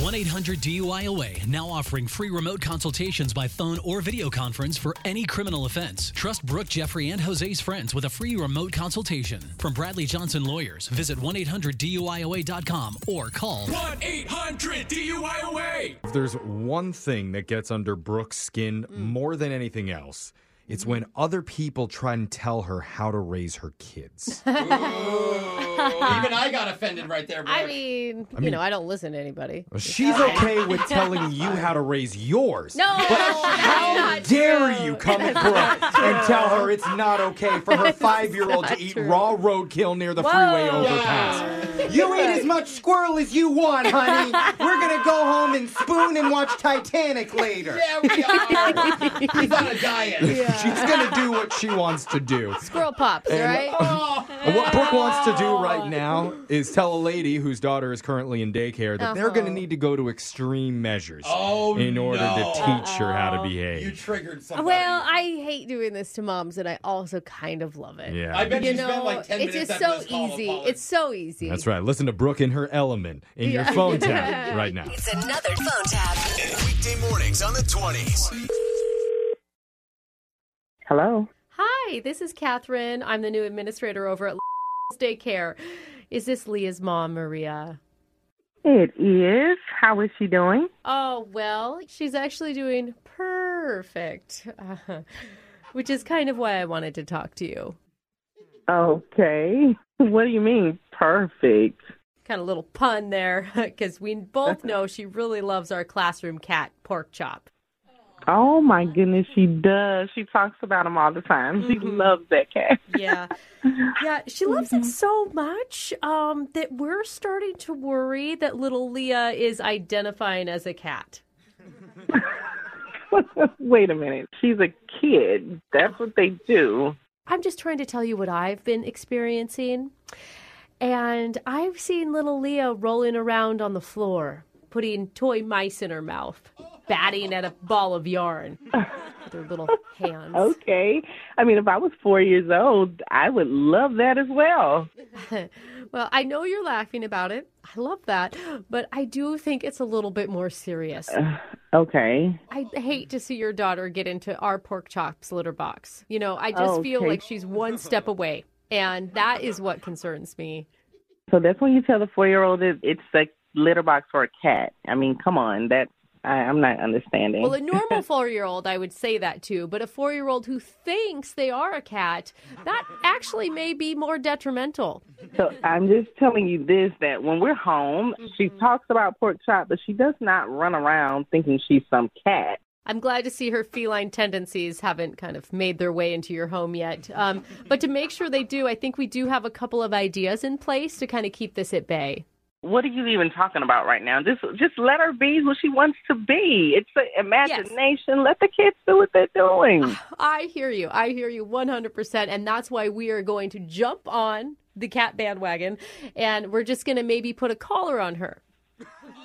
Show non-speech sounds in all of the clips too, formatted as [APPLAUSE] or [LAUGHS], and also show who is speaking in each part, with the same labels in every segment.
Speaker 1: 1 800 DUIOA now offering free remote consultations by phone or video conference for any criminal offense. Trust Brooke, Jeffrey, and Jose's friends with a free remote consultation. From Bradley Johnson Lawyers, visit 1 800 DUIOA.com or call
Speaker 2: 1 800 DUIOA.
Speaker 3: If there's one thing that gets under Brooke's skin more than anything else, it's when other people try and tell her how to raise her [LAUGHS] kids.
Speaker 4: Even I got offended right there, bro.
Speaker 5: I
Speaker 4: [LAUGHS]
Speaker 5: mean, you know, I don't listen to anybody.
Speaker 3: She's okay with telling you how to raise yours.
Speaker 5: No,
Speaker 3: How [LAUGHS] dare you come at Brooke and tell her it's not okay [LAUGHS] for her five year old to eat raw roadkill near the freeway overpass? You eat as much squirrel as you want, honey. We're gonna go home and spoon and watch Titanic later. [LAUGHS]
Speaker 4: yeah,
Speaker 5: [LAUGHS]
Speaker 4: we are. He's on a diet.
Speaker 3: She's gonna do what she wants to do.
Speaker 5: Squirrel pops, right?
Speaker 3: And what Brooke wants to do right now is tell a lady whose daughter is currently in daycare that they're going to need to go to extreme measures
Speaker 4: Oh,
Speaker 3: in order to
Speaker 4: no.
Speaker 3: teach her how to
Speaker 4: You
Speaker 3: behave. [LAUGHS]
Speaker 4: triggered something.
Speaker 5: Well, I hate doing this to moms, and I also kind of love it.
Speaker 3: Yeah.
Speaker 4: I bet
Speaker 5: You
Speaker 4: you,
Speaker 5: know,
Speaker 4: spent like 10
Speaker 5: it's
Speaker 4: minutes
Speaker 5: just
Speaker 4: at
Speaker 5: so
Speaker 4: this call
Speaker 5: easy.
Speaker 4: apologizing.
Speaker 5: It's so easy.
Speaker 3: That's right. Listen to Brooke in her element in your phone tab right now.
Speaker 6: It's another phone tap.
Speaker 7: Weekday mornings on the 20s.
Speaker 8: Hello.
Speaker 5: Hi, this is Catherine. I'm the new administrator over at Daycare. Is this Leah's mom, Maria?
Speaker 8: It is. How is she doing?
Speaker 5: Oh, well, she's actually doing perfect, [LAUGHS] which is kind of why I wanted to talk to you.
Speaker 8: Okay. What do you mean? Perfect.
Speaker 5: Kind of little pun there, [LAUGHS] because we both know she really loves our classroom cat, Pork Chop.
Speaker 8: Oh my goodness, she does. She talks about him all the time. She loves that cat. [LAUGHS]
Speaker 5: Yeah. Yeah, she loves it so much um, that we're starting to worry that little Leah is identifying as a cat.
Speaker 8: Wait a minute. She's a kid. That's what they do.
Speaker 5: I'm just trying to tell you what I've been experiencing. And I've seen little Leah rolling around on the floor, putting toy mice in her mouth, batting at a ball of yarn with her little hands.
Speaker 8: Okay. I mean, if I was four years old, I would love that as well.
Speaker 5: Well, I know you're laughing about it. I love that. But I do think it's a little bit more serious.
Speaker 8: Okay.
Speaker 5: I hate to see your daughter get into our pork chops litter box. You know, I just feel
Speaker 8: Okay.
Speaker 5: like she's one step away. And that is what concerns me.
Speaker 8: So that's when you tell the four year old it, it's a litter box for a cat. I mean, come on. That's, I, I'm not understanding.
Speaker 5: Well, a normal four year old, I would say that too, but a four year old who thinks they are a cat, that actually may be more detrimental. [LAUGHS]
Speaker 8: So I'm just telling you this that when we're home, she
Speaker 5: Mm-hmm.
Speaker 8: talks about pork chop, but she does not run around thinking she's some cat.
Speaker 5: I'm glad to see her feline tendencies haven't kind of made their way into your home yet. Um, but to make sure they do, I think we do have a couple of ideas in place to kind of keep this at bay.
Speaker 8: What are you even talking about right now? Just just let her be who she wants to be. It's a imagination. Let the kids do what they're
Speaker 5: [SIGHS]
Speaker 8: doing.
Speaker 5: I hear you. I hear you 100%. And that's why we are going to jump on the cat bandwagon and we're just going to maybe put a collar on her.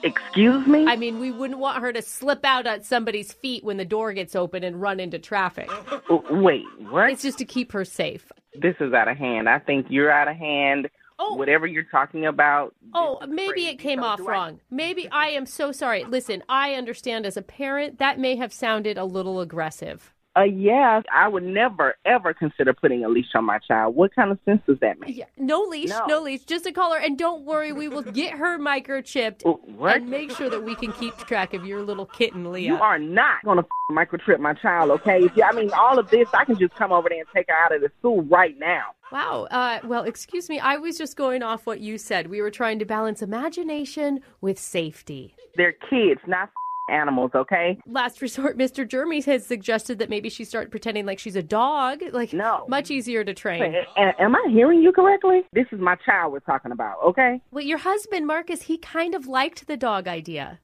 Speaker 8: Excuse me?
Speaker 5: I mean, we wouldn't want her to slip out at somebody's feet when the door gets open and run into traffic.
Speaker 8: W- Wait, what?
Speaker 5: It's just to keep her safe.
Speaker 8: this is out of hand. I think you're out of hand.
Speaker 5: Oh.
Speaker 8: Whatever you're talking about.
Speaker 5: Oh,
Speaker 8: this is
Speaker 5: maybe
Speaker 8: crazy.
Speaker 5: it came
Speaker 8: So
Speaker 5: off
Speaker 8: do I-
Speaker 5: wrong. [LAUGHS] Maybe I am so sorry. Listen, I understand as a parent that may have sounded a little aggressive.
Speaker 8: Uh, yeah, I would never, ever consider putting a leash on my child. What kind of sense does that make?
Speaker 5: Yeah, no leash, no,
Speaker 8: No.
Speaker 5: leash. Just a collar, and don't worry, we will get her microchipped
Speaker 8: W- Oh, What?
Speaker 5: and make sure that we can keep track of your little kitten, Leah.
Speaker 8: You are not going to microchip my child, okay? If you, I mean, all of this, I can just come over there and take her out of the school right now.
Speaker 5: Wow. Uh, well, excuse me. I was just going off what you said. We were trying to balance imagination with safety.
Speaker 8: They're kids, not animals, okay?
Speaker 5: last resort, Mr. Jeremy has suggested that maybe she start pretending like she's a dog. Like,
Speaker 8: No.
Speaker 5: much easier to train.
Speaker 8: A- a- am I hearing you correctly? This is my child we're talking about, okay?
Speaker 5: Well, your husband Marcus, he kind of liked the dog idea.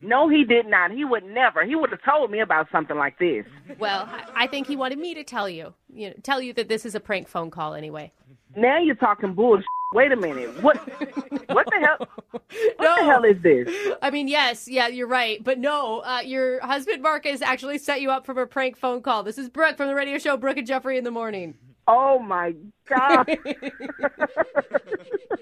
Speaker 8: No, he did not. He would never. He would have told me about something like this.
Speaker 5: Well, I, I think he wanted me to tell you, you know, tell you that this is a prank phone call anyway.
Speaker 8: Now you're talking bullshit. Wait a minute. What? What the hell? What the hell is this?
Speaker 5: I mean, yes, yeah, you're right, but no, uh, your husband Marcus actually set you up from a prank phone call. This is Brooke from the radio show Brooke and Jeffrey in the morning.
Speaker 8: Oh my God.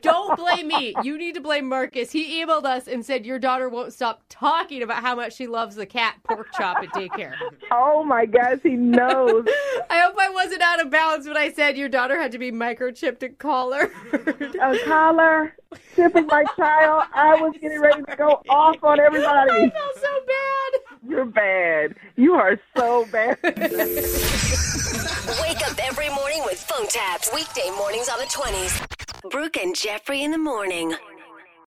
Speaker 5: Don't blame me. You need to blame Marcus. He emailed us and said your daughter won't stop talking about how much she loves the cat pork chop at daycare.
Speaker 8: Oh my gosh, he knows.
Speaker 5: I hope I wasn't out of bounds when I said your daughter had to be microchipped and [LAUGHS] collared.
Speaker 8: A collar, shipping my child. I was getting ready to go off on
Speaker 5: I
Speaker 8: everybody.
Speaker 5: felt so bad.
Speaker 8: You're bad. You are so bad.
Speaker 6: Wake up every morning with phone taps. Weekday mornings on the 20s. Brooke and Jeffrey in the morning.